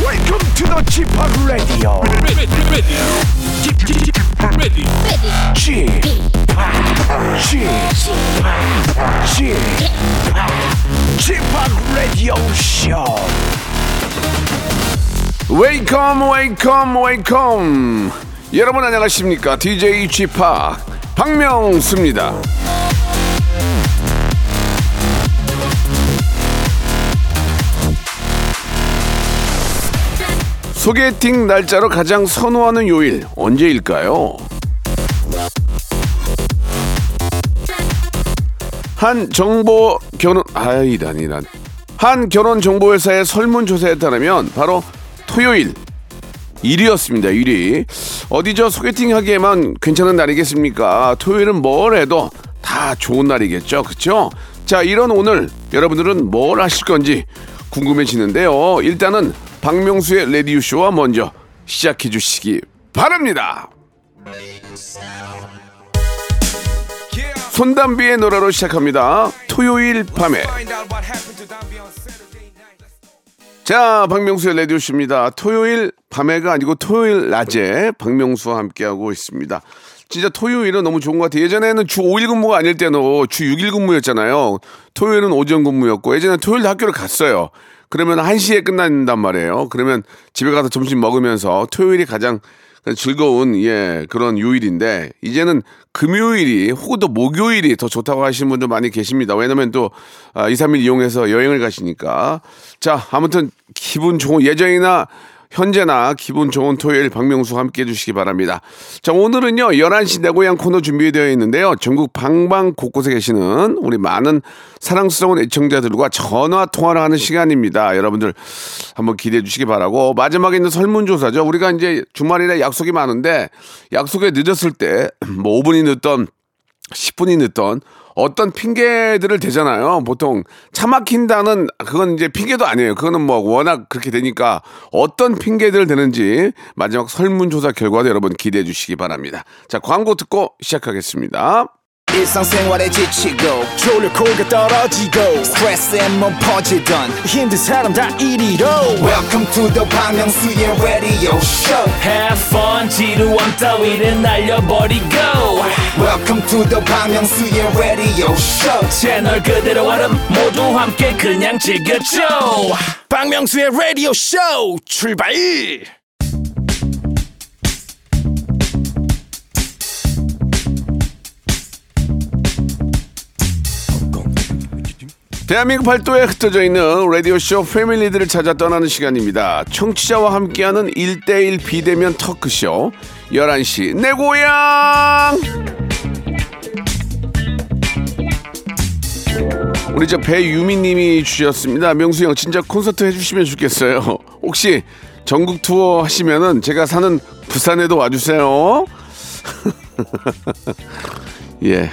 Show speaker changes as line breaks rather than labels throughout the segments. Welcome to the g p o p Radio.
ready, ready, ready, ready.
g p o p G p o p Radio Show.
웨이컴 웨이컴 웨이컴 여러분 안녕하십니까 DJ g p o p 박명수입니다 소개팅 날짜로 가장 선호하는 요일 언제일까요? 한 정보 결혼 아이 난이란 한 결혼 정보 회사의 설문 조사에 따르면 바로 토요일 1위였습니다. 1위 어디 저 소개팅 하기에만 괜찮은 날이겠습니까? 토요일은 뭘 해도 다 좋은 날이겠죠, 그렇죠? 자 이런 오늘 여러분들은 뭘 하실 건지 궁금해지는데요. 일단은 박명수의 레디오 쇼와 먼저 시작해 주시기 바랍니다. 손담비의 노래로 시작합니다. 토요일 밤에. 자, 박명수의 라디오쇼입니다. 토요일 밤에가 아니고 토요일 낮에 박명수와 함께하고 있습니다. 진짜 토요일은 너무 좋은 것 같아요. 예전에는 주 5일 근무가 아닐 때는 주 6일 근무였잖아요. 토요일은 오전 근무였고, 예전에 토요일 학교를 갔어요. 그러면 1시에 끝난단 말이에요. 그러면 집에 가서 점심 먹으면서 토요일이 가장 즐거운 예 그런 요일인데 이제는 금요일이 혹은 또 목요일이 더 좋다고 하시는 분도 많이 계십니다. 왜냐면 또 아, 2, 3일 이용해서 여행을 가시니까 자 아무튼 기분 좋은 예정이나 현재나 기분 좋은 토요일 박명수와 함께 해주시기 바랍니다. 자, 오늘은요, 11시 내고향 코너 준비되어 있는데요. 전국 방방 곳곳에 계시는 우리 많은 사랑스러운 애청자들과 전화 통화를 하는 시간입니다. 여러분들 한번 기대해 주시기 바라고. 마지막에 있는 설문조사죠. 우리가 이제 주말이라 약속이 많은데, 약속에 늦었을 때, 뭐 5분이 늦던 10분이 늦던 어떤 핑계들을 대잖아요. 보통 차 막힌다는 그건 이제 핑계도 아니에요. 그거는 뭐 워낙 그렇게 되니까 어떤 핑계들을 대는지 마지막 설문조사 결과도 여러분 기대해 주시기 바랍니다. 자, 광고 듣고 시작하겠습니다.
일상생활에 지치고,
졸려 코가 떨어지고
스트레스에 몸 퍼지던,
힘든 사람 다 이리로.
welcome to the Bang Myung-soo's radio show
Have fun 지루함 따위를 날려버리고
welcome to the Bang Myung-soo's radio show
채널 그대로 얼음 모두 함께 그냥 즐겨줘
박명수의 라디오 쇼 출발.
대한민국 팔도에 흩어져 있는 라디오쇼 패밀리들을 찾아 떠나는 시간입니다. 청취자와 함께하는 1대1 비대면 터크쇼 11시 내 고향 우리 저 배유미님이 주셨습니다. 명수 형 진짜 콘서트 해주시면 좋겠어요. 혹시 전국 투어 하시면은 제가 사는 부산에도 와주세요. 예,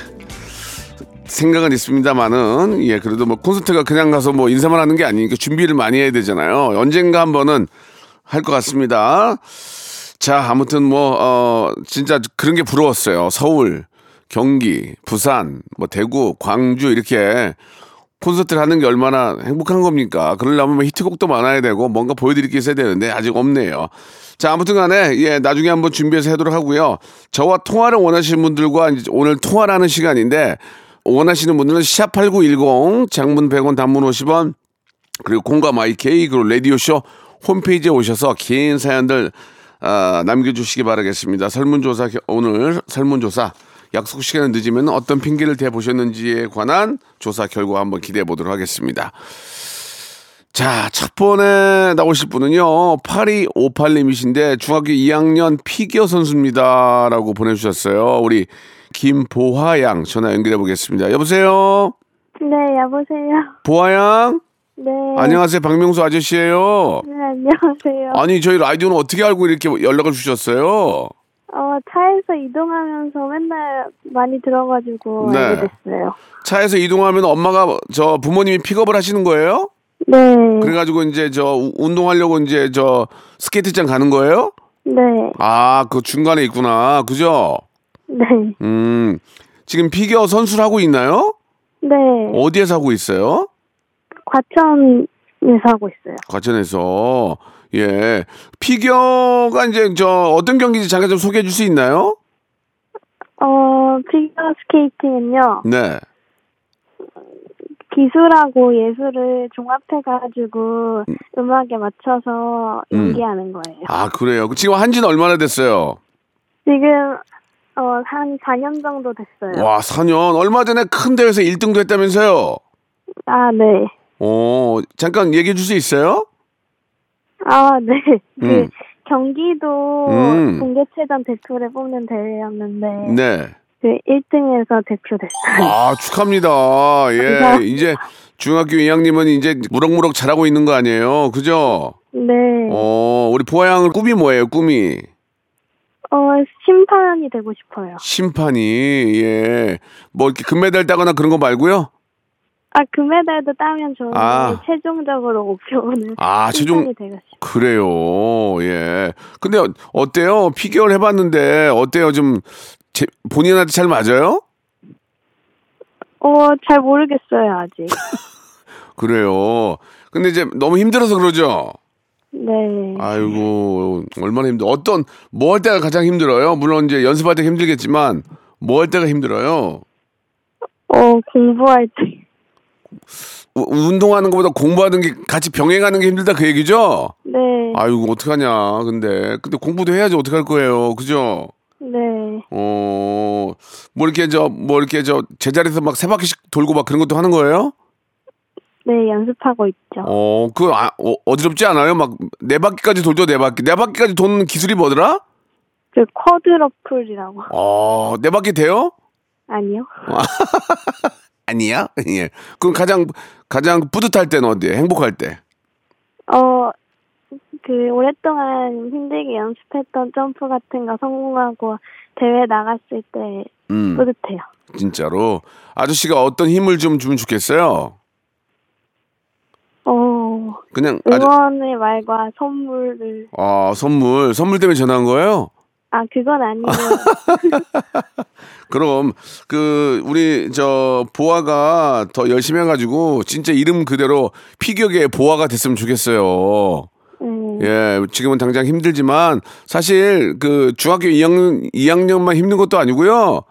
생각은 있습니다만은 예 그래도 뭐 콘서트가 그냥 가서 뭐 인사만 하는 게 아니니까 준비를 많이 해야 되잖아요. 언젠가 한번은 할 것 같습니다. 자 아무튼 뭐 어 진짜 그런 게 부러웠어요. 서울, 경기, 부산, 뭐 대구, 광주 이렇게 콘서트를 하는 게 얼마나 행복한 겁니까? 그러려면 뭐 히트곡도 많아야 되고 뭔가 보여드릴 게 있어야 되는데 아직 없네요. 자, 아무튼 간에 예, 나중에 한번 준비해서 하도록 하고요. 저와 통화를 원하시는 분들과 이제 오늘 통화를 하는 시간인데 원하시는 분들은 샵8910 장문 100원 단문 50원 그리고 공감 IK 그리고 라디오쇼 홈페이지에 오셔서 긴 사연들 아, 남겨주시기 바라겠습니다. 설문조사 겨- 오늘 설문조사 약속 시간이 늦으면 어떤 핑계를 대보셨는지에 관한 조사 결과 한번 기대해 보도록 하겠습니다. 자, 첫 번에 나오실 분은요, 8258님이신데, 중학교 2학년 피겨 선수입니다. 라고 보내주셨어요. 우리 김보화양 전화 연결해 보겠습니다. 여보세요?
네, 여보세요.
보화양?
네.
안녕하세요. 박명수 아저씨예요
네, 안녕하세요.
아니, 저희 라디오는 어떻게 알고 이렇게 연락을 주셨어요?
어, 차에서 이동하면서 맨날 많이 들어가지고
네.
알게 됐어요.
차에서 이동하면 엄마가 저 부모님이 픽업을 하시는 거예요?
네.
그래가지고 이제 저 우- 운동하려고 이제 저 스케이트장 가는 거예요?
네.
아, 그 중간에 있구나. 그죠?
네.
음, 지금 피겨 선수를 하고 있나요?
네.
어디에서 하고 있어요?
과천 네, 사고 있어요.
과천에서 예 피겨가 이제 저 어떤 경기인지 잠깐 좀 소개해 줄 수 있나요?
어, 피겨 스케이팅은요,
네.
기술하고 예술을 종합해가지고 음악에 맞춰서
음.
연기하는 거예요.
아 그래요. 지금 한지는 얼마나 됐어요?
지금, 어, 한 4년 정도 됐어요.
와 4년 얼마 전에 큰 대회에서 1등도 했다면서요?
아, 네.
어 잠깐 얘기해 줄 수 있어요?
아, 네. 그
음.
경기도
음.
공개체전 대표를 뽑는 대회였는데,
네.
그 1등에서 대표 됐어요.
아 축하합니다. 예
감사합니다.
이제 중학교 2학님은 이제 무럭무럭 잘하고 있는 거 아니에요? 그죠?
네. 어,
어 우리 보아양은 꿈이 뭐예요? 꿈이
어, 심판이 되고 싶어요.
심판이 예. 예뭐 이렇게 금메달 따거나 그런 거 말고요.
아, 금메달도 따면 좋은데,
아.
최종적으로 목표는
아, 최종-
심판이 되고 싶어요.
그래요. 예. 근데 어- 어때요? 피겨를 해봤는데 어때요? 좀 제- 본인한테 잘 맞아요?
어, 잘 모르겠어요, 아직.
그래요. 근데 이제 너무 힘들어서 그러죠.
네.
아. 아이고 얼마나 힘들. 어떤 뭐 할 때가 가장 힘들어요? 물론 이제 연습할 때 힘들겠지만 뭐 할 때가 힘들어요?
어, 공부할 때.
우- 운동하는 것보다 공부하는 게 같이 병행하는 게 힘들다 그 얘기죠?
네.
아이고 어떡하냐 근데 근데 공부도 해야지 어떡할 거예요 그죠?
네.
어, 뭐 이렇게 저, 뭐 이렇게 저 제자리에서 막 세 바퀴씩 돌고 막 그런 것도 하는 거예요?
네, 연습하고 있죠.
어, 그 아, 어, 어지럽지 않아요? 막 네 바퀴까지 돌죠, 네 바퀴. 네 바퀴까지 도는 기술이 뭐더라?
그 쿼드러플이라고.
어, 네 바퀴 돼요?
아니요.
아니야? 예. 그럼 가장 가장 뿌듯할 때는 어디에? 행복할 때?
어, 그 오랫동안 힘들게 연습했던 점프 같은 거 성공하고 대회 나갔을 때
음,
뿌듯해요.
진짜로 아저씨가 어떤 힘을 좀 주면 좋겠어요.
어,
그냥 아저,
응원의 말과 선물을
아 선물 선물 때문에 전화한 거예요?
아 그건 아니고
그럼 그 우리 저 보아가 더 열심히 해가지고 진짜 이름 그대로 피격의 보아가 됐으면 좋겠어요.
음,
예, 지금은 당장 힘들지만 사실 그 중학교 2학년 2학년만 힘든 것도 아니고요.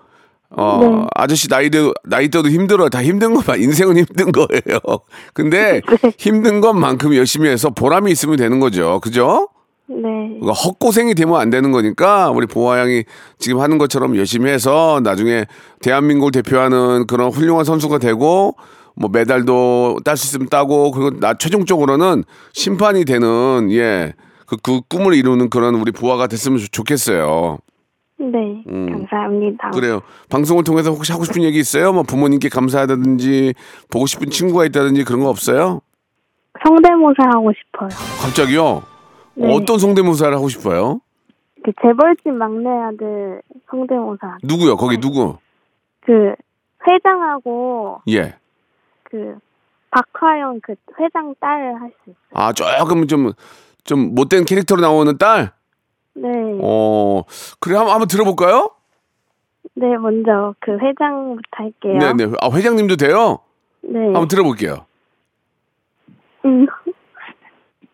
어,
네.
아저씨 나이도 나이대도 힘들어요. 다 힘든 것만 인생은 힘든 거예요. 근데
네.
힘든 것만큼 열심히 해서 보람이 있으면 되는 거죠. 그죠?
네.
그러니까 헛고생이 되면 안 되는 거니까 우리 보아 양이 지금 하는 것처럼 열심히 해서 나중에 대한민국을 대표하는 그런 훌륭한 선수가 되고 뭐 메달도 딸 수 있으면 따고 그리고 나 최종적으로는 심판이 되는 예그 그 꿈을 이루는 그런 우리 보아가 됐으면 좋- 좋겠어요.
네. 감사합니다.
음. 그래요. 방송을 통해서 혹시 하고 싶은 얘기 있어요? 뭐 부모님께 감사하다든지 보고 싶은 친구가 있다든지 그런 거 없어요?
성대모사 하고 싶어요.
갑자기요.
네.
어떤 성대모사를 하고 싶어요?
그 재벌집 막내 아들 성대모사
누구요? 거기 누구?
그 회장하고
예.
그 박화영 그 회장 딸을 할 수 있어요.
아 조금 좀 좀 못된 캐릭터로 나오는 딸.
네.
어 그래 한번 한번 들어볼까요?
네, 먼저 그 회장부터 할게요.
네네. 아 회장님도 돼요.
네.
한번 들어볼게요.
음.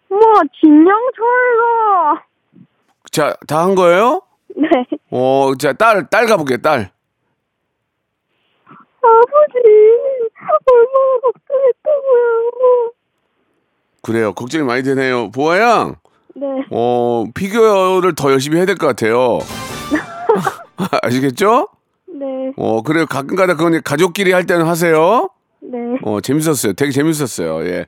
뭐 진영 철로.
자 다 한 거예요?
네.
어자 딸 딸 가볼게요 딸.
아버지 얼마나 걱정했다고요.
그래요. 걱정이 많이 되네요. 보아 양.
네.
어 피규어를 더 열심히 해야 될 것 같아요. 아시겠죠?
네.
어 그래요. 가끔가다 그건 가족끼리 할 때는 하세요.
네.
어 재밌었어요. 되게 재밌었어요. 예.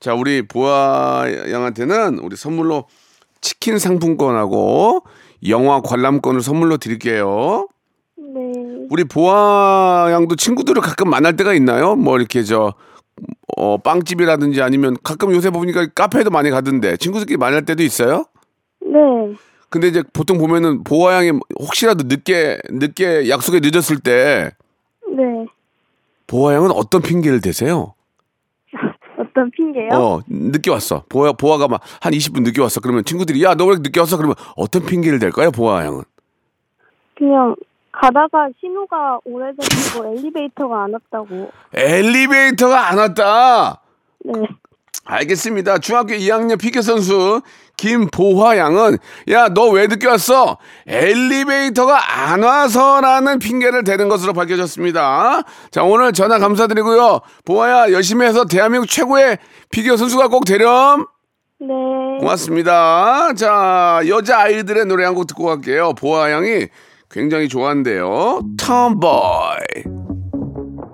자 우리 보아 양한테는 우리 선물로 치킨 상품권하고 영화 관람권을 선물로 드릴게요.
네.
우리 보아 양도 친구들을 가끔 만날 때가 있나요? 뭐 이렇게 저 어, 빵집이라든지 아니면 가끔 요새 보니까 카페도 많이 가던데 친구들끼리 만날 때도 있어요?
네.
근데 이제 보통 보면은 보아 양이 혹시라도 늦게 늦게 약속에 늦었을 때
네.
보아 양은 어떤 핑계를 대세요?
어떤 핑계요?
어, 늦게 왔어. 보아, 보아가 막 한 20분 늦게 왔어. 그러면 친구들이 야, 너 왜 늦게 왔어? 그러면 어떤 핑계를 댈까요, 보아 양은?
그냥 가다가 신호가 뭐 오래돼서 엘리베이터가 안 왔다고.
엘리베이터가 안 왔다.
네.
알겠습니다. 중학교 2학년 피겨 선수 김보화 양은 야 너 왜 늦게 왔어? 엘리베이터가 안 와서라는 핑계를 대는 것으로 밝혀졌습니다. 자 오늘 전화 감사드리고요. 보화야 열심히 해서 대한민국 최고의 피겨 선수가 꼭 되렴.
네.
고맙습니다. 자, 여자 아이들의 노래 한 곡 듣고 갈게요. 보아 양이 굉장히 좋아한대요. 톰보이.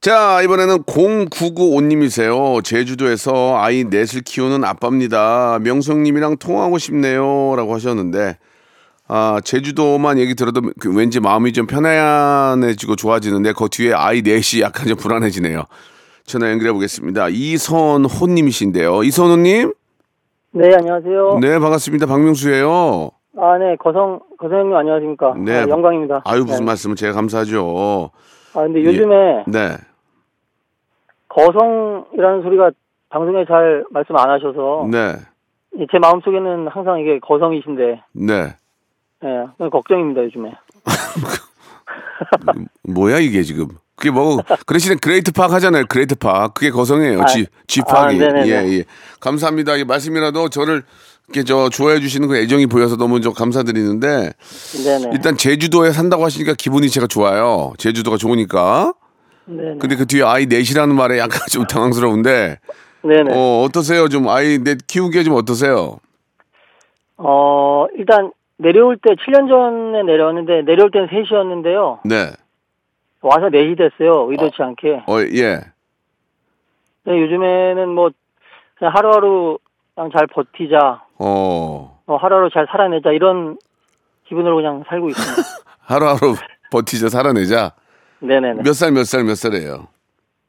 자, 이번에는 0995님이세요. 제주도에서 아이 넷을 키우는 아빠입니다. 명성님이랑 통화하고 싶네요. 라고 하셨는데, 아, 제주도만 얘기 들어도 그 왠지 마음이 좀 편안해지고 좋아지는데, 그 뒤에 아이 넷이 약간 좀 불안해지네요. 전화 연결해 보겠습니다. 이선호님이신데요. 이선호님?
네, 안녕하세요.
네, 반갑습니다. 박명수예요
아, 네, 거성, 거성 형님 안녕하십니까.
네.
아, 영광입니다.
아유, 무슨
네.
말씀을 제가 감사하죠.
아, 근데
예.
요즘에
네.
거성이라는 소리가 방송에 잘 말씀 안 하셔서
네.
이제 마음속에는 항상 이게 거성이신데
네.
예, 그건 걱정입니다, 요즘에.
뭐야, 이게 지금. 그게 뭐, 그래, 시는 그레이트 팍 하잖아요. 그레이트 팍. 그게 거성이에요.
아,
지, 지팍이.
아, 네네네.
예, 예. 감사합니다. 이 말씀이라도 저를 이렇게 저 좋아해 주시는 그 애정이 보여서 너무 저 감사드리는데,
네네.
일단 제주도에 산다고 하시니까 기분이 제가 좋아요. 제주도가 좋으니까.
네네.
근데 그 뒤에 아이 넷이라는 말에 약간 좀 당황스러운데,
네네. 어...
어, 어떠세요? 좀 아이 넷 키우기에 좀 어떠세요?
어, 일단 내려올 때, 7년 전에 내려왔는데, 내려올 때는 셋이었는데요.
네.
와서 넷이 됐어요. 의도치 않게.
어, 예.
근데 요즘에는 뭐, 그냥 하루하루 그냥 잘 버티자.
어,
어, 하루하루 잘 살아내자 이런 기분으로 그냥 살고 있습니다.
하루하루 버티자, 살아내자.
네네네.
몇 살, 몇 살, 몇 살이에요?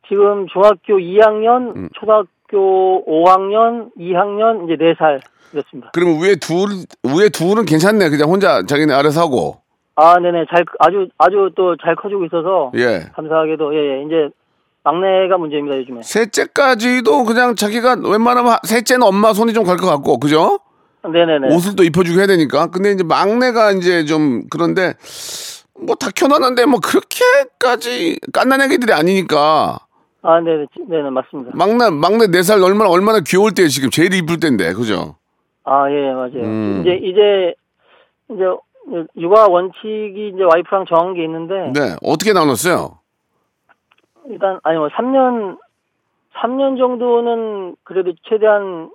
지금 중학교 2학년,
음.
초등학교 5학년, 2학년 이제 4살 됐습니다.
그러면 위에 둘, 위에 둘은 괜찮네. 그냥 혼자 자기네 알아서 하고.
아 네네 잘 크- 아주 아주 또 잘 커지고 있어서
예.
감사하게도 예, 예 이제 막내가 문제입니다 요즘에.
셋째까지도 그냥 자기가 웬만하면 하- 셋째는 엄마 손이 좀 갈 것 같고, 그죠?
네네네.
옷을 또 입혀주고 해야 되니까. 근데 이제 막내가 이제 좀 그런데 뭐 다 켜놨는데 뭐 그렇게까지 깐난 애기들이 아니니까
아 네네 지- 네네 맞습니다.
막내 막내 네 살 얼마나 얼마나 귀여울 때 지금 제일 이쁠 때인데 그죠?
아 예 맞아요.
음.
이제 이제 이제 육아 원칙이 이제 와이프랑 정한 게 있는데
네 어떻게 나눴어요?
일단 아니 뭐 3년 3년 정도는 그래도 최대한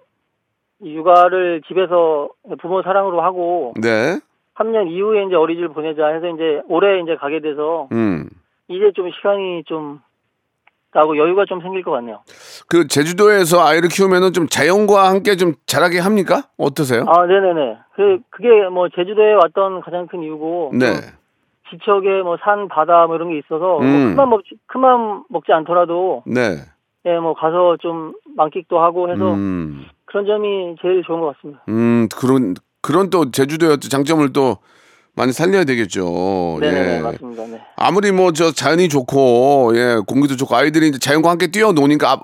이 육아를 집에서 부모 사랑으로 하고
네,
3년 이후에 이제 어린이집 보내자 해서 이제 올해 이제 가게 돼서
음.
이제 좀 시간이 좀 나고 여유가 좀 생길 것 같네요.
그 제주도에서 아이를 키우면은 좀 자연과 함께 좀 자라게 합니까? 어떠세요?
아, 네네네. 그 그게 뭐 제주도에 왔던 가장 큰 이유고
네,
지척에 뭐 산 바다 뭐 이런 게 있어서
음.
뭐 큰맘 먹지 큰맘 먹지 않더라도
네,
예 뭐 가서 좀 만끽도 하고 해서
음,
그런 점이 제일 좋은 것 같습니다.
음 그런 그런 또 제주도의 어떤 장점을 또 많이 살려야 되겠죠.
네네네
예.
맞습니다. 네.
아무리 뭐 저 자연이 좋고 예 공기도 좋고 아이들이 이제 자연과 함께 뛰어노니까 앞-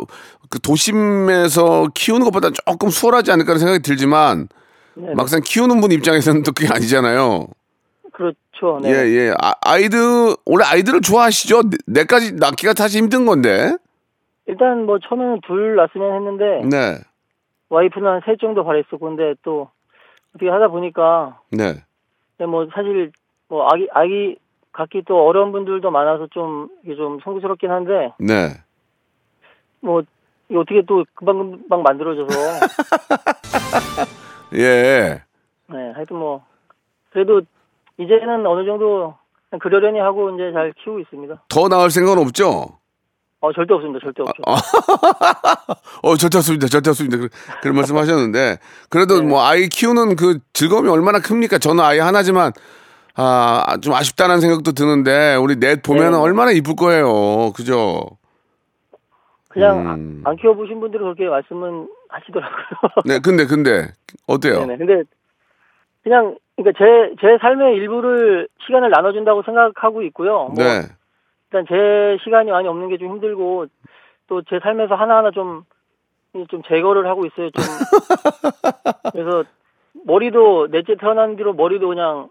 그 도심에서 키우는 것보다 조금 수월하지 않을까라는 생각이 들지만
네네.
막상 키우는 분 입장에서는 또 그게 아니잖아요.
그렇죠. 네.
예예 아, 아이들 원래 아이들을 좋아하시죠? 네, 내- 내까지 낳기가 사실 힘든 건데
일단 뭐 처음에는 둘 낳았으면 했는데
네
와이프는 한 셋 정도 바랬었고 근데 또 어떻게 하다 보니까
네.
근데 뭐 사실 뭐 아기 아기 갖기 또 어려운 분들도 많아서 좀 이게 좀 송구스럽긴 한데
네.
뭐 이게 어떻게 또 금방 금방 만들어져서
예.
네 하여튼 뭐 그래도 이제는 어느 정도 그냥 그러려니 하고 이제 잘 키우고 있습니다.
더 나을 생각은 없죠?
어 절대 없습니다. 절대
아,
없죠.
어, 절대 없습니다. 절대 없습니다. 그- 그런 말씀 하셨는데.
네.
그래도 뭐 아이 키우는 그 즐거움이 얼마나 큽니까? 저는 아이 하나지만, 아, 좀 아쉽다는 생각도 드는데, 우리 넷 보면 은
네.
얼마나 이쁠 거예요. 그죠?
그냥 아-
음.
안 키워 보신 분들은 그렇게 말씀은 하시더라고요.
네, 근데, 근데, 어때요?
네네. 근데 그냥 그러니까 제 제 삶의 일부를 시간을 나눠준다고 생각하고 있고요. 뭐
네.
일단 제 시간이 많이 없는 게 좀 힘들고 또 제 삶에서 하나하나 좀 좀 제거를 하고 있어요. 좀 그래서 머리도 넷째 태어난 뒤로 머리도 그냥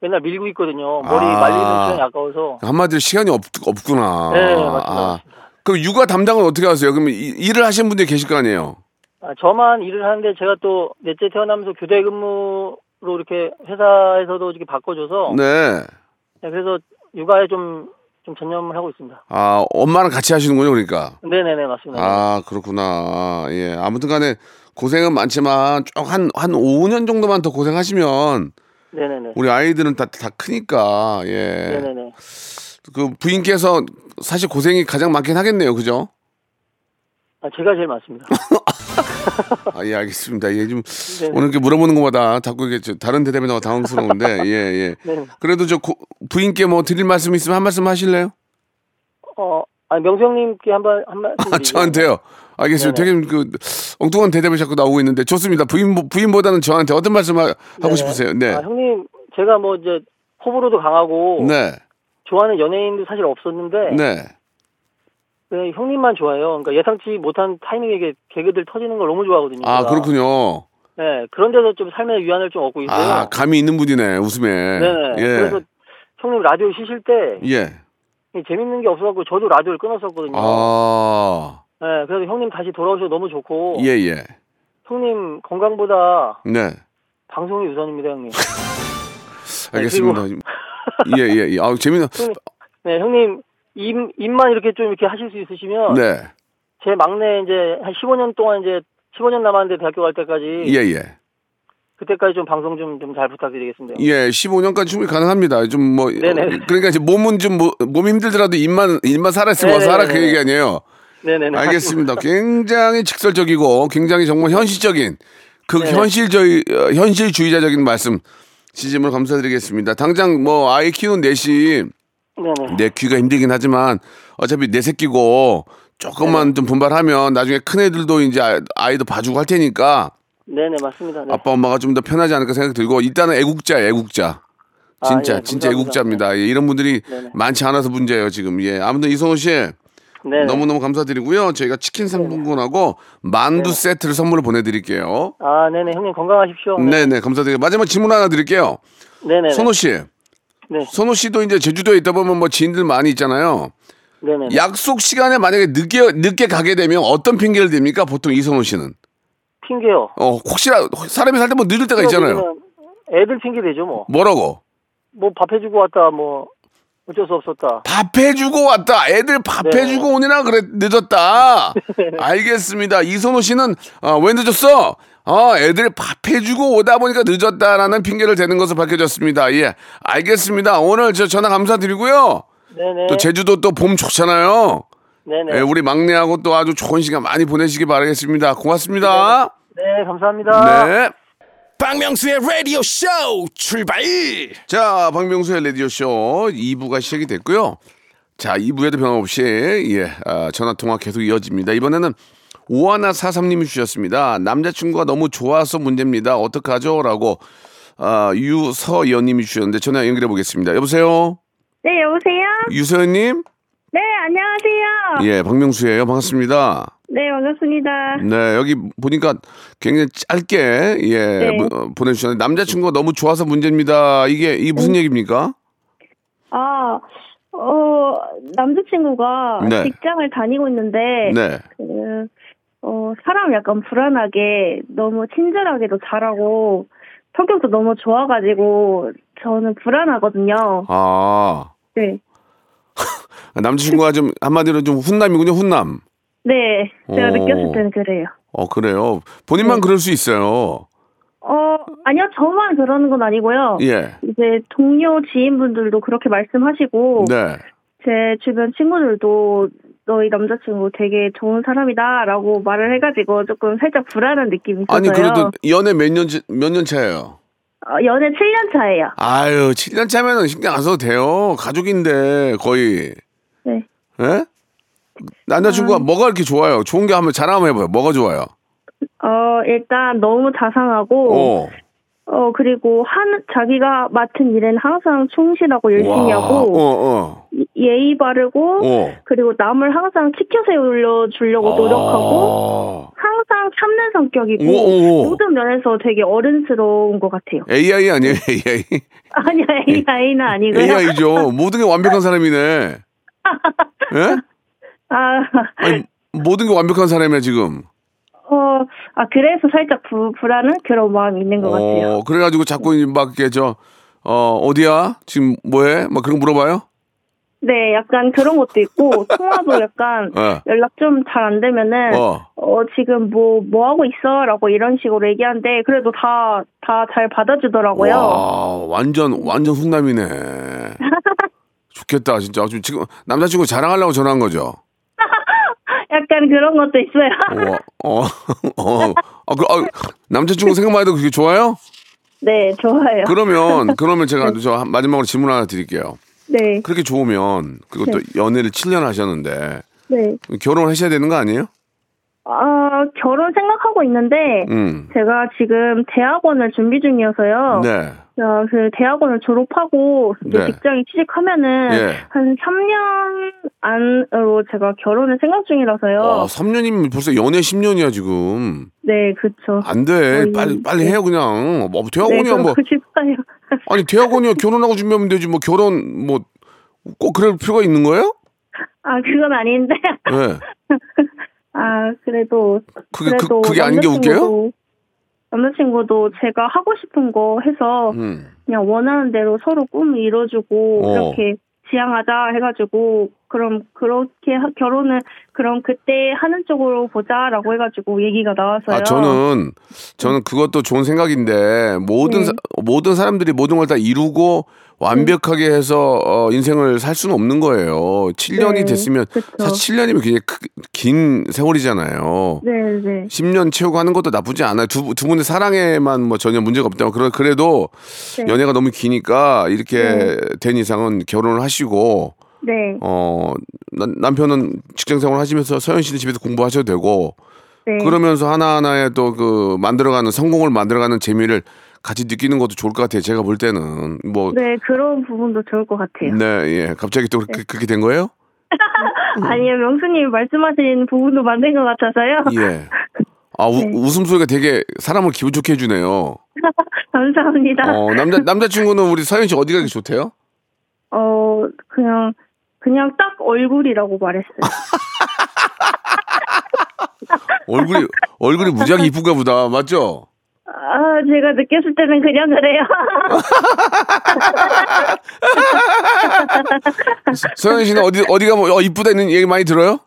맨날 밀고 있거든요. 머리
아. 그
말리는 시간이 아까워서.
한마디로 시간이 없, 없구나.
네 맞습니다.
아, 그럼 육아 담당은 어떻게 하세요? 그럼 이- 일을 하시는 분들이 계실 거 아니에요?
아, 저만 일을 하는데 제가 또 넷째 태어나면서 교대 근무로 이렇게 회사에서도 이렇게 바꿔줘서
네.
네, 그래서 육아에 좀, 좀 전념을 하고 있습니다.
아, 엄마랑 같이 하시는군요, 그러니까.
네네네, 맞습니다.
아, 그렇구나. 예. 아무튼 간에 고생은 많지만 쭉 한, 한 5년 정도만 더 고생하시면
네네네.
우리 아이들은 다, 다 크니까, 예.
네네네.
그 부인께서 사실 고생이 가장 많긴 하겠네요, 그죠?
아, 제가 제일 많습니다.
아, 예, 알겠습니다. 예, 좀
네.
오늘 이렇게 물어보는 것마다 자꾸 이게 저 다른 대답이 나와 당황스러운데, 예, 예.
네.
그래도 저 고- 부인께 뭐 드릴 말씀 있으면 한 말씀 하실래요?
어, 아니, 명수 형님께 한 번, 한 말씀.
아,
드리죠.
저한테요. 알겠습니다. 되게 그 엉뚱한 대답이 자꾸 나오고 있는데 좋습니다. 부인 부인보다는 저한테 어떤 말씀 하- 하고
네.
싶으세요? 네,
아, 형님, 제가 뭐 이제 호불호도 강하고
네,
좋아하는 연예인도 사실 없었는데
네.
네, 형님만 좋아해요. 그러니까 예상치 못한 타이밍에 이게 개그들 터지는 걸 너무 좋아하거든요.
아
제가.
그렇군요.
네, 그런 데서 좀 삶의 위안을 좀 얻고 있어요.
아 감이 있는 분이네 웃음에.
네, 그래서
예,
형님 라디오 쉬실 때
예.
이 재밌는 게 없어갖고 저도 라디오를 끊었었거든요.
아,
네, 그래서 형님 다시 돌아오셔서 너무 좋고
예, 예.
형님 건강보다
네,
방송이 우선입니다, 형님.
알겠습니다. 예, 예, 예. 아 재미나.
네, 형님 입, 입만 이렇게 좀 이렇게 하실 수 있으시면
네,
제 막내 이제 한 15년 동안 이제 15년 남았는데 대학교 갈 때까지
예, 예.
그때까지 좀 방송 좀 좀 잘 부탁드리겠습니다.
예, 15년까지 충분히 가능합니다. 좀 뭐
네네.
그러니까 이제 몸은 좀몸 힘들더라도 입만 입만 살아 있으면 와서 하라 그
네네네.
얘기 아니에요.
네네네.
알겠습니다. 굉장히 직설적이고 굉장히 정말 현실적인 그
네.
현실적이 어, 현실주의자적인 말씀 지짐을 감사드리겠습니다. 당장 뭐 아이 키우는 넷이
네네.
내 귀가 힘들긴 하지만 어차피 내 새끼고 조금만
네.
좀 분발하면 나중에 큰 애들도 이제 아- 아이도 봐주고 할 테니까
네네 맞습니다. 네.
아빠 엄마가 좀 더 편하지 않을까 생각이 들고 일단은 애국자 애국자
아,
진짜
예,
진짜
감사합니다.
애국자입니다. 예, 이런 분들이
네네.
많지 않아서 문제예요 지금. 예 아무튼 이성호 씨
네네.
너무 너무 감사드리고요. 저희가 치킨 상품권하고 만두 세트를 선물로 보내드릴게요.
아 네네 형님 건강하십시오.
네네 감사드리고 마지막 질문 하나 드릴게요.
네네.
선호 씨,
네.
선호 씨도 이제 제주도에 있다 보면 뭐 지인들 많이 있잖아요.
네네.
약속 시간에 만약에 늦게 늦게 가게 되면 어떤 핑계를 댑니까? 보통 이선호 씨는
핑계요.
어 혹시나 사람이 살 때 뭐 늦을 때가 있잖아요.
그러면 애들 핑계 되죠 뭐.
뭐라고?
뭐 밥 해주고 왔다 뭐 어쩔 수 없었다.
밥 해주고 왔다. 애들 밥
네.
해주고 오니라 그래 늦었다. 알겠습니다. 이선호 씨는 어, 왜 늦었어? 어, 애들 밥 해주고 오다 보니까 늦었다라는 핑계를 대는 것으로 밝혀졌습니다. 예, 알겠습니다. 오늘 저 전화 감사드리고요.
네네.
또 제주도 또 봄 좋잖아요.
네네.
예, 우리 막내하고 또 아주 좋은 시간 많이 보내시기 바라겠습니다. 고맙습니다.
네 감사합니다.
네.
박명수의 라디오 쇼 출발!
자, 박명수의 라디오쇼 2부가 시작이 됐고요. 자, 2부에도 변함없이, 예, 아, 전화통화 계속 이어집니다. 이번에는 오하나 사삼님이 주셨습니다. 남자친구가 너무 좋아서 문제입니다. 어떡하죠? 라고, 아, 유서연님이 주셨는데 전화 연결해 보겠습니다. 여보세요?
네, 여보세요?
유서연님?
네, 안녕하세요.
예, 박명수예요 반갑습니다.
네, 반갑습니다.
네, 여기 보니까 굉장히 짧게, 예,
네.
보- 어, 보내주셨는데 남자친구가 너무 좋아서 문제입니다. 이게, 이 무슨 얘기입니까?
아, 어, 남자친구가
네.
직장을 다니고 있는데,
네.
그, 어, 사람 약간 불안하게 너무 친절하게도 잘하고, 성격도 너무 좋아가지고, 저는 불안하거든요.
아.
네.
남자친구가 좀 한마디로 좀 훈남이군요 훈남.
네. 제가
오.
느꼈을 때는 그래요.
어 그래요. 본인만 그럴 수 있어요.
어, 아니요. 저만 그러는 건 아니고요.
예.
이제 동료 지인분들도 그렇게 말씀하시고,
네.
제 주변 친구들도 너희 남자친구 되게 좋은 사람이다라고 말을 해가지고 조금 살짝 불안한 느낌이 있어요. 어,
아니 그래도 연애 몇 년 몇 년 차예요.
연애 7년 차예요.
아유 7년 차면은 신경 안 써도 돼요. 가족인데 거의.
네.
예? 남자친구가 뭐가 이렇게 좋아요? 좋은 게 한번 자랑 한번 해봐요. 뭐가 좋아요?
어 일단 너무 자상하고
어.
어 그리고 한 자기가 맡은 일엔 항상 충실하고 열심히
와.
하고
어,
예- 예의
어.
바르고
어.
그리고 남을 항상 치켜 세우려 주려고 뭐 노력하고 항상 참는 성격이고
오, 오.
모든 면에서 되게 어른스러운 것 같아요.
아, AI 아니에요? AI.
아니
예.
아이는 아니고요.
AI죠. 모든 게 완벽한 사람이네. 예?
아,
아니, 모든 게 완벽한 사람이야 지금.
어, 아, 그래서 살짝 부, 불안한 그런 마음이 있는 것 같아요.
어, 그래가지고 자꾸 이제 막 이렇게 저 어, 어디야? 지금 뭐해? 막 그런 거 물어봐요?
네, 약간 그런 것도 있고, 통화도 약간
네.
연락 좀 잘 안 되면은,
어.
어. 지금 뭐, 뭐 하고 있어? 라고 이런 식으로 얘기하는데, 그래도 다, 다 잘 받아주더라고요.
와, 완전 완전 훈남이네. 좋겠다 진짜. 지금 지금 남자친구 자랑하려고 전화한 거죠.
약간 그런 것도 있어요.
어, 어, 어. 아, 그, 아, 남자친구 생각만 해도 그게 좋아요?
네, 좋아요.
그러면 그러면 제가 저 한- 마지막으로 질문 하나 드릴게요.
네,
그렇게 좋으면 그리고 또 연애를 7년 하셨는데
네.
결혼을 하셔야 되는 거 아니에요?
아, 결혼 생각하고 있는데,
음.
제가 지금 대학원을 준비 중이어서요.
네.
어, 그 대학원을 졸업하고 이제
네.
직장에 취직하면은
예.
한 3년 안으로 제가 결혼을 생각 중이라서요.
어, 3년이면 벌써 연애 10년이야 지금.
네, 그렇죠.
안 돼.
거의-
빨리 빨리 해요 그냥. 뭐
네,
대학원이야 뭐.
그러고 싶어요.
아니 대학원이야 결혼하고 준비하면 되지 뭐 결혼 뭐 꼭 그럴 필요가 있는 거예요?
아, 그건 아닌데.
예.
아, 그래도
그게 그,
그래도
그게 아닌 게 웃겨요?
남자친구도- 남자친구도 제가 하고 싶은 거 해서
음.
그냥 원하는 대로 서로 꿈을 이뤄주고
어.
그렇게 지향하자 해가지고 그럼 그렇게 하- 결혼을 그럼 그때 하는 쪽으로 보자라고 해가지고 얘기가 나와서요.
아 저는 저는 그것도 좋은 생각인데 모든
네.
사, 모든 사람들이 모든 걸 다 이루고 완벽하게
네.
해서 어, 인생을 살 수는 없는 거예요. 7년이
네,
됐으면
그쵸.
사실 7년이면 굉장히 크- 긴 세월이잖아요.
네네.
10년 채우고 하는 것도 나쁘지 않아요. 두, 두 분의 사랑에만 뭐 전혀 문제가 없다면 그래, 그래도
네.
연애가 너무 기니까 이렇게 된 이상은 결혼을 하시고
네.
어 남, 남편은 직장 생활 하시면서 서현 씨는 집에서 공부하셔도 되고
네.
그러면서 하나하나의 또 그 만들어가는 성공을 만들어가는 재미를 같이 느끼는 것도 좋을 것 같아요. 제가 볼 때는 뭐
네, 그런 부분도 좋을 것 같아요.
네, 예. 갑자기 또 그렇게, 그렇게 된 거예요? 음.
아니요, 명수님 말씀하신 부분도 맞는 것 같아서요.
예. 아, 우,
네.
웃음소리가 되게 사람을 기분 좋게 해주네요.
감사합니다. 어...
어, 남자, 남자친구는 우리 서현 씨 어디가 이렇게 좋대요?
어, 그냥, 그냥 딱 얼굴이라고 말했어요.
얼굴이 얼굴이 무지하게 이쁜가 보다 맞죠?
아, 제가 느꼈을 때는 그냥 그래요.
서현 씨는 어디 어디 가면 어 이쁘다 이런 얘기 많이 들어요?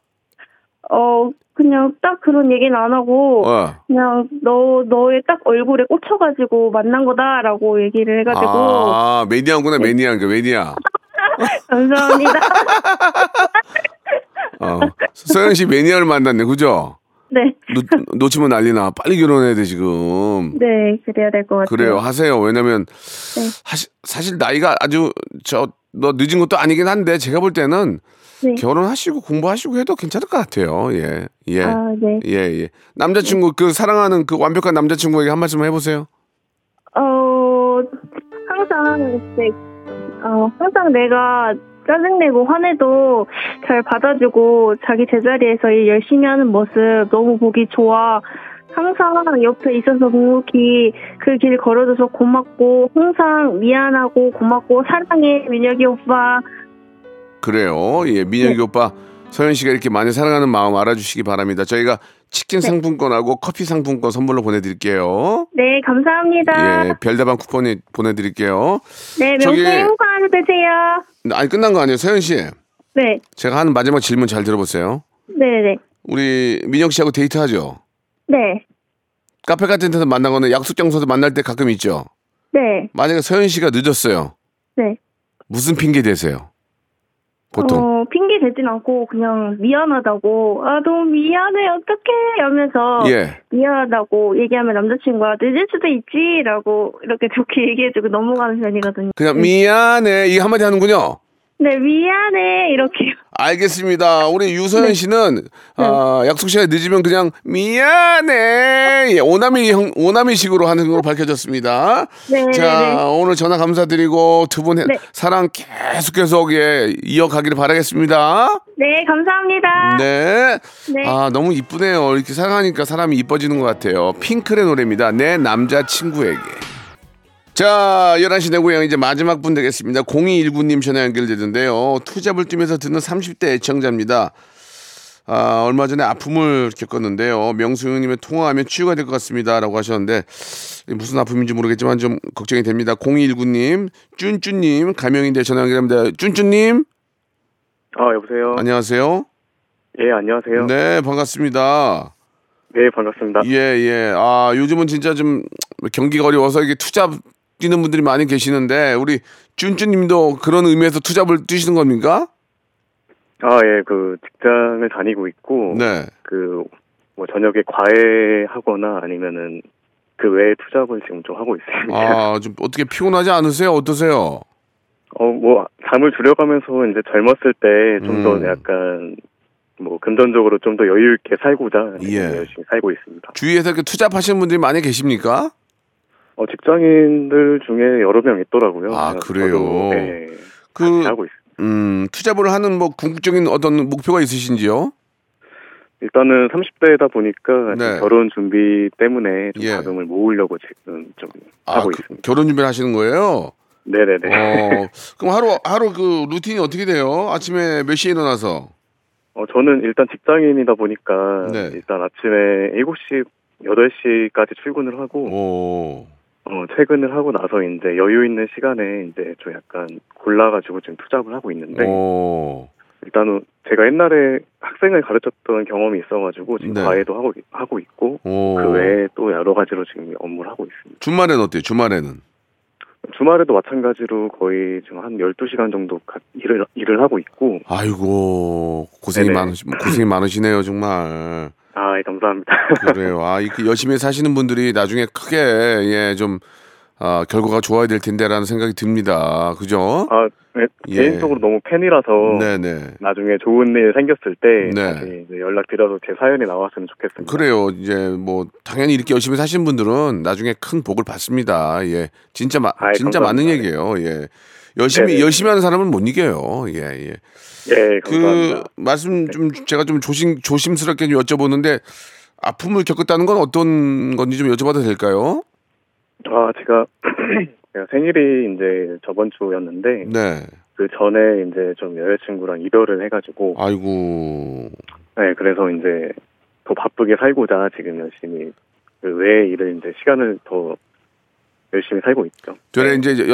어, 그냥 딱 그런 얘기는 안 하고,
어.
그냥 너, 너의 딱 얼굴에 꽂혀가지고 만난 거다라고 얘기를 해가지고, 네.
아 매니아구나 매니아 그 매니아.
감사합니다.
어. 서현 씨 매니아를 만났네 그죠?
네.
놓, 놓치면 난리나 빨리 결혼해야 돼 지금.
네, 그래야 될 것 같아요. 네.
그래요 하세요 왜냐면 사실, 사실 나이가 아주 저 너 늦은 것도 아니긴 한데 제가 볼 때는
네.
결혼하시고 공부하시고 해도 괜찮을 것 같아요 예 예.
아, 네.
예, 예. 남자친구, 그 사랑하는 그 완벽한 남자친구에게 한 말씀 해보세요.
어, 항상, 네, 어, 항상 내가 짜증내고 화내도 잘 받아주고 자기 제자리에서 일 열심히 하는 모습 너무 보기 좋아. 항상 옆에 있어서 묵묵히 그 길 걸어줘서 고맙고 항상 미안하고 고맙고 사랑해 민혁이 오빠.
그래요.
네.
예, 민혁이 오빠 서현 씨가 이렇게 많이 사랑하는 마음 알아주시기 바랍니다. 저희가 치킨 상품권하고 커피 상품권 선물로 보내드릴게요.
네 감사합니다.
예, 별다방 쿠폰이 보내드릴게요.
네
저기-
명수 행복한 하루 되세요.
아니 끝난 거 아니에요, 서현 씨.
네
제가 하는 마지막 질문 잘 들어보세요.
네네
우리 민혁 씨하고 데이트하죠.
네
카페 같은 데서 만나거나 약속 장소에서 만날 때 가끔 있죠.
네.
만약에 서현 씨가 늦었어요.
네.
무슨 핑계 대세요? 보통.
어, 핑계 대진 않고 그냥 미안하다고 아 너무 미안해 어떡해 하면서
예.
미안하다고 얘기하면 남자친구가 늦을 수도 있지라고 이렇게 좋게 얘기해주고 넘어가는 편이거든요.
그냥 미안해 이 한마디 하는군요.
네 미안해 이렇게
알겠습니다. 우리 유서연
네.
씨는 아, 약속 시간에 늦으면 그냥 미안해 예, 오나미 형 오나미식으로 하는 걸로 밝혀졌습니다.
네,
자
네.
오늘 전화 감사드리고 두 분의
네.
사랑 계속 계속 예, 이어가기를 바라겠습니다.
네 감사합니다.
네.
네.
아 너무 이쁘네요. 이렇게 사랑하니까 사람이 이뻐지는 것 같아요. 핑클의 노래입니다. 내 남자 친구에게. 자, 11시 내 고향 이제 마지막 분 되겠습니다. 0219님 전화 연결되는데요. 투잡을 뛰면서 듣는 30대 애청자입니다. 아, 얼마 전에 아픔을 겪었는데요. 명수 형님의 통화하면 치유가 될 것 같습니다라고 하셨는데 무슨 아픔인지 모르겠지만 좀 걱정이 됩니다. 0219님, 쭌쭌님 가명인데 전화 연결합니다. 쭌쭌님
아 여보세요.
안녕하세요.
예 안녕하세요.
네 반갑습니다.
네, 반갑습니다.
예, 예. 아, 요즘은 진짜 좀 경기가 어려워서 이게 투잡 뛰는 분들이 많이 계시는데 우리 쭌쭌 님도 그런 의미에서 투잡을 뛰시는 겁니까?
아 예 그 직장을 다니고 있고
네.
그 뭐 저녁에 과외하거나 아니면은 그 외에 투잡을 지금 좀 하고 있습니다.
아, 좀 어떻게 피곤하지 않으세요? 어떠세요?
어 뭐 잠을 줄여가면서 이제 젊었을 때 좀 더
음.
약간 뭐 금전적으로 좀 더 여유 있게 살고자
예.
열심히 살고 있습니다.
주위에서 이렇게 투잡하시는 분들이 많이 계십니까?
어 직장인들 중에 여러 명 있더라고요.
아,
그래서
그래요?
저도, 예,
그
하고 있습니다.
음, 투잡을 하는 뭐 궁극적인 어떤 목표가 있으신지요?
일단은 30대다 보니까
네.
결혼 준비 때문에 좀
예.
자금을 모으려고 지금 좀
아,
하고
그-
있습니다.
결혼 준비를 하시는 거예요?
네네네.
어. 그럼 하루 하루 그 루틴이 어떻게 돼요? 아침에 몇 시에 일어나서?
어, 저는 일단 직장인이다 보니까
네.
일단 아침에 7시, 8시까지 출근을 하고
오.
어, 퇴근을 하고 나서 이제 여유 있는 시간에 이제 좀 약간 골라가지고 지금 투잡을 하고 있는데
오.
일단은 제가 옛날에 학생을 가르쳤던 경험이 있어가지고 지금
네.
과외도 하고 하고 있고
오.
그 외에 또 여러 가지로 지금 업무를 하고 있습니다.
주말엔 어때요? 주말에는?
주말에도 마찬가지로 거의 지금 한 12시간 정도 가- 일을, 일을 하고 있고,
아이고 고생이
네네.
많으시 고생이 많으시네요 정말
아, 예, 감사합니다.
그래요 아 이렇게 열심히 사시는 분들이 나중에 크게 예좀 아, 결과가 좋아야 될 텐데라는 생각이 듭니다 그죠
아, 어. 네,
예.
개인적으로 너무 팬이라서
네네
나중에 좋은 일 생겼을 때
네.
다시 이제 연락드려서 제 사연이 나왔으면 좋겠습니다.
그래요 이제 뭐 당연히 이렇게 열심히 사신 분들은 나중에 큰 복을 받습니다 예 진짜 마,
아이,
진짜
감사합니다.
맞는 얘기예요 예 열심히
네네.
열심히 하는 사람은 못 이겨요 예예
예,
그
감사합니다. 네.
말씀 좀 제가 좀 조심 조심스럽게 좀 여쭤보는데 아픔을 겪었다는 건 어떤 건지 좀 여쭤봐도 될까요?
아, 제가, 제가 생일이 이제 저번 주였는데,
네.
그 전에 이제 좀 여자친구랑 이별을 해가지고,
아이고.
네, 그래서 이제 더 바쁘게 살고자 지금 열심히 그 외의 일을 이제 시간을 더 열심히 살고 있죠.
전에
네.
이제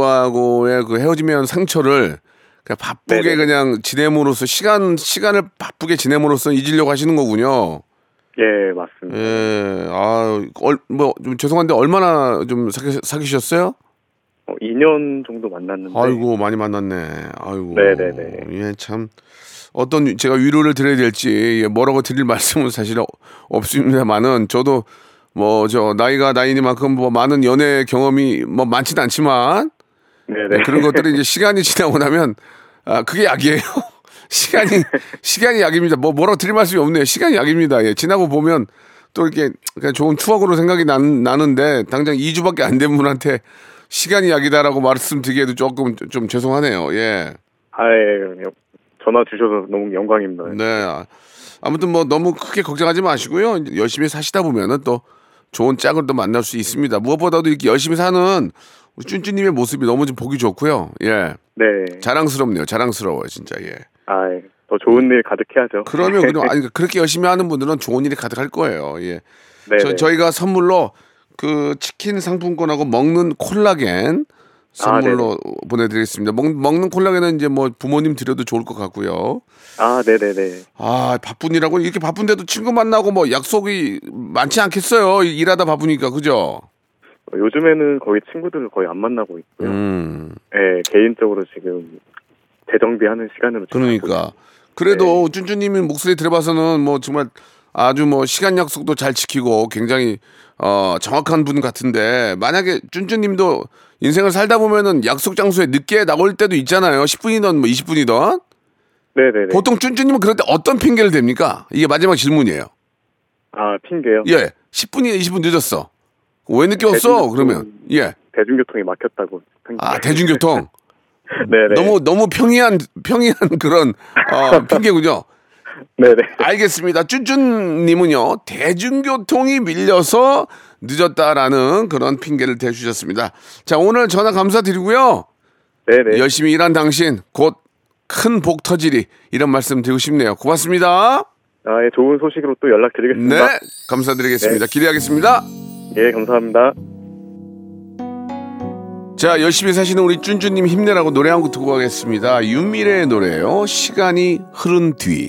여자친구하고의 그 헤어지면 상처를 그냥 바쁘게
네네.
그냥 지냄으로써 시간 시간을 바쁘게 지냄으로써 잊으려고 하시는 거군요.
예, 맞습니다.
예. 아, 얼뭐좀 죄송한데 얼마나 좀 사귀, 사귀셨어요?
어, 2년 정도 만났는데.
아이고 많이 만났네. 아이고.
네네네.
예, 참 어떤 제가 위로를 드려야 될지 예, 뭐라고 드릴 말씀은 사실 어- 없습니다만은 저도 뭐 저 나이가 나이니만큼 뭐 많은 연애 경험이 뭐 많지는 않지만
네네.
예, 그런 것들이 이제 시간이 지나고 나면 아 그게 약이에요. 시간이 시간이 약입니다. 뭐 뭐라고 드릴 말씀이 없네요. 시간이 약입니다. 예, 지나고 보면 또 이렇게 그냥 좋은 추억으로 생각이 나, 나는데 당장 2주밖에 안 된 분한테 시간이 약이다라고 말씀드리기에도 조금 좀 죄송하네요. 예.
아, 예, 그럼요. 전화 주셔서 너무 영광입니다.
네. 아, 아무튼 뭐 너무 크게 걱정하지 마시고요. 이제 열심히 사시다 보면은 또 좋은 짝을 또 만날 수 있습니다. 무엇보다도 이렇게 열심히 사는 우리 쭈쭈님의 모습이 너무 좀 보기 좋고요. 예.
네.
자랑스럽네요. 자랑스러워요, 진짜. 예.
아, 예. 더 좋은 일 가득해야죠.
음. 그러면 그럼 아니 그렇게 열심히 하는 분들은 좋은 일이 가득할 거예요. 예.
네.
저, 저희가 선물로 그 치킨 상품권하고 먹는 콜라겐
아,
선물로 보내드리겠습니다. 먹, 먹는 콜라겐은 이제 뭐 부모님 드려도 좋을 것 같고요.
아, 네네네.
아 바쁜이라고 이렇게 바쁜데도 친구 만나고 뭐 약속이 많지 않겠어요. 일하다 바쁘니까 그죠?
어, 요즘에는 거의 친구들을 거의 안 만나고 있고요.
음
예, 개인적으로 지금 재정비하는 시간으로. 지금
그러니까 그래도
네.
쭌쭌님이 목소리 들어봐서는 뭐 정말 아주 뭐 시간 약속도 잘 지키고 굉장히 어 정확한 분 같은데 만약에 쭌쭌님도 인생을 살다 보면은 약속 장소에 늦게 나올 때도 있잖아요. 10분이든 뭐 20분이든
네네네.
보통 쭌쭌님은 그럴 때 어떤 핑계를 댑니까? 이게 마지막 질문이에요.
아, 핑계요?
예, 10분이 20분 늦었어. 왜 늦게 왔어?
대중교통-
그러면 예.
대중교통이 막혔다고. 핑계.
아 대중교통
네네.
너무 너무 평이한 평이한 그런 어, 핑계군요.
네네.
알겠습니다. 쭈쭈님은요 대중교통이 밀려서 늦었다라는 그런 핑계를 대주셨습니다. 자 오늘 전화 감사드리고요.
네네.
열심히 일한 당신 곧 큰 복 터지리 이런 말씀 드리고 싶네요. 고맙습니다.
아, 예, 좋은 소식으로 또 연락드리겠습니다.
네, 감사드리겠습니다. 기대하겠습니다.
예, 감사합니다.
자, 열심히 사시는 우리 쭌쭌님 힘내라고 노래 한 곡 듣고 가겠습니다. 윤미래의 노래예요. 시간이 흐른 뒤.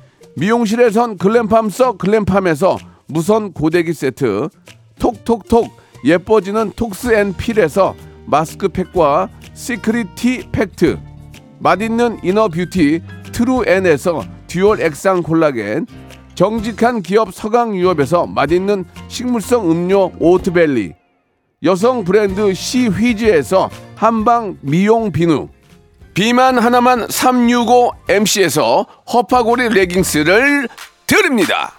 미용실에선 글램팜 써 글램팜에서 무선 고데기 세트 톡톡톡 예뻐지는 톡스앤필에서 마스크팩과 시크릿 티 팩트 맛있는 이너 뷰티 트루앤에서 듀얼 액상 콜라겐 정직한 기업 서강유업에서 맛있는 식물성 음료 오트벨리 여성 브랜드 시휘즈에서 한방 미용 비누 비만 하나만 365 MC에서 허파고리 레깅스를 드립니다.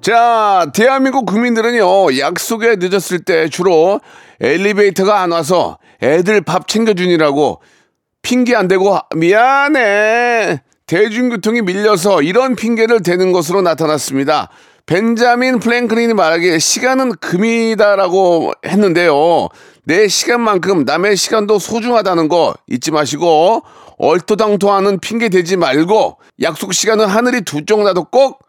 자, 대한민국 국민들은요, 약속에 늦었을 때 주로 엘리베이터가 안 와서 애들 밥 챙겨주니라고 핑계 안 대고 미안해. 대중교통이 밀려서 이런 핑계를 대는 것으로 나타났습니다. 벤자민 플랭클린이 말하기에 시간은 금이다라고 했는데요. 내 시간만큼 남의 시간도 소중하다는 거 잊지 마시고 얼토당토하는 핑계 대지 말고 약속 시간은 하늘이 두 쪽 나도 꼭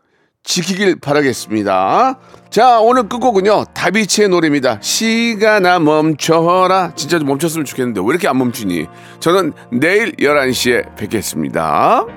지키길 바라겠습니다. 자, 오늘 끝곡은요. 다비치의 노래입니다. 시간아 멈춰라. 진짜 좀 멈췄으면 좋겠는데 왜 이렇게 안 멈추니? 저는 내일 11시에 뵙겠습니다.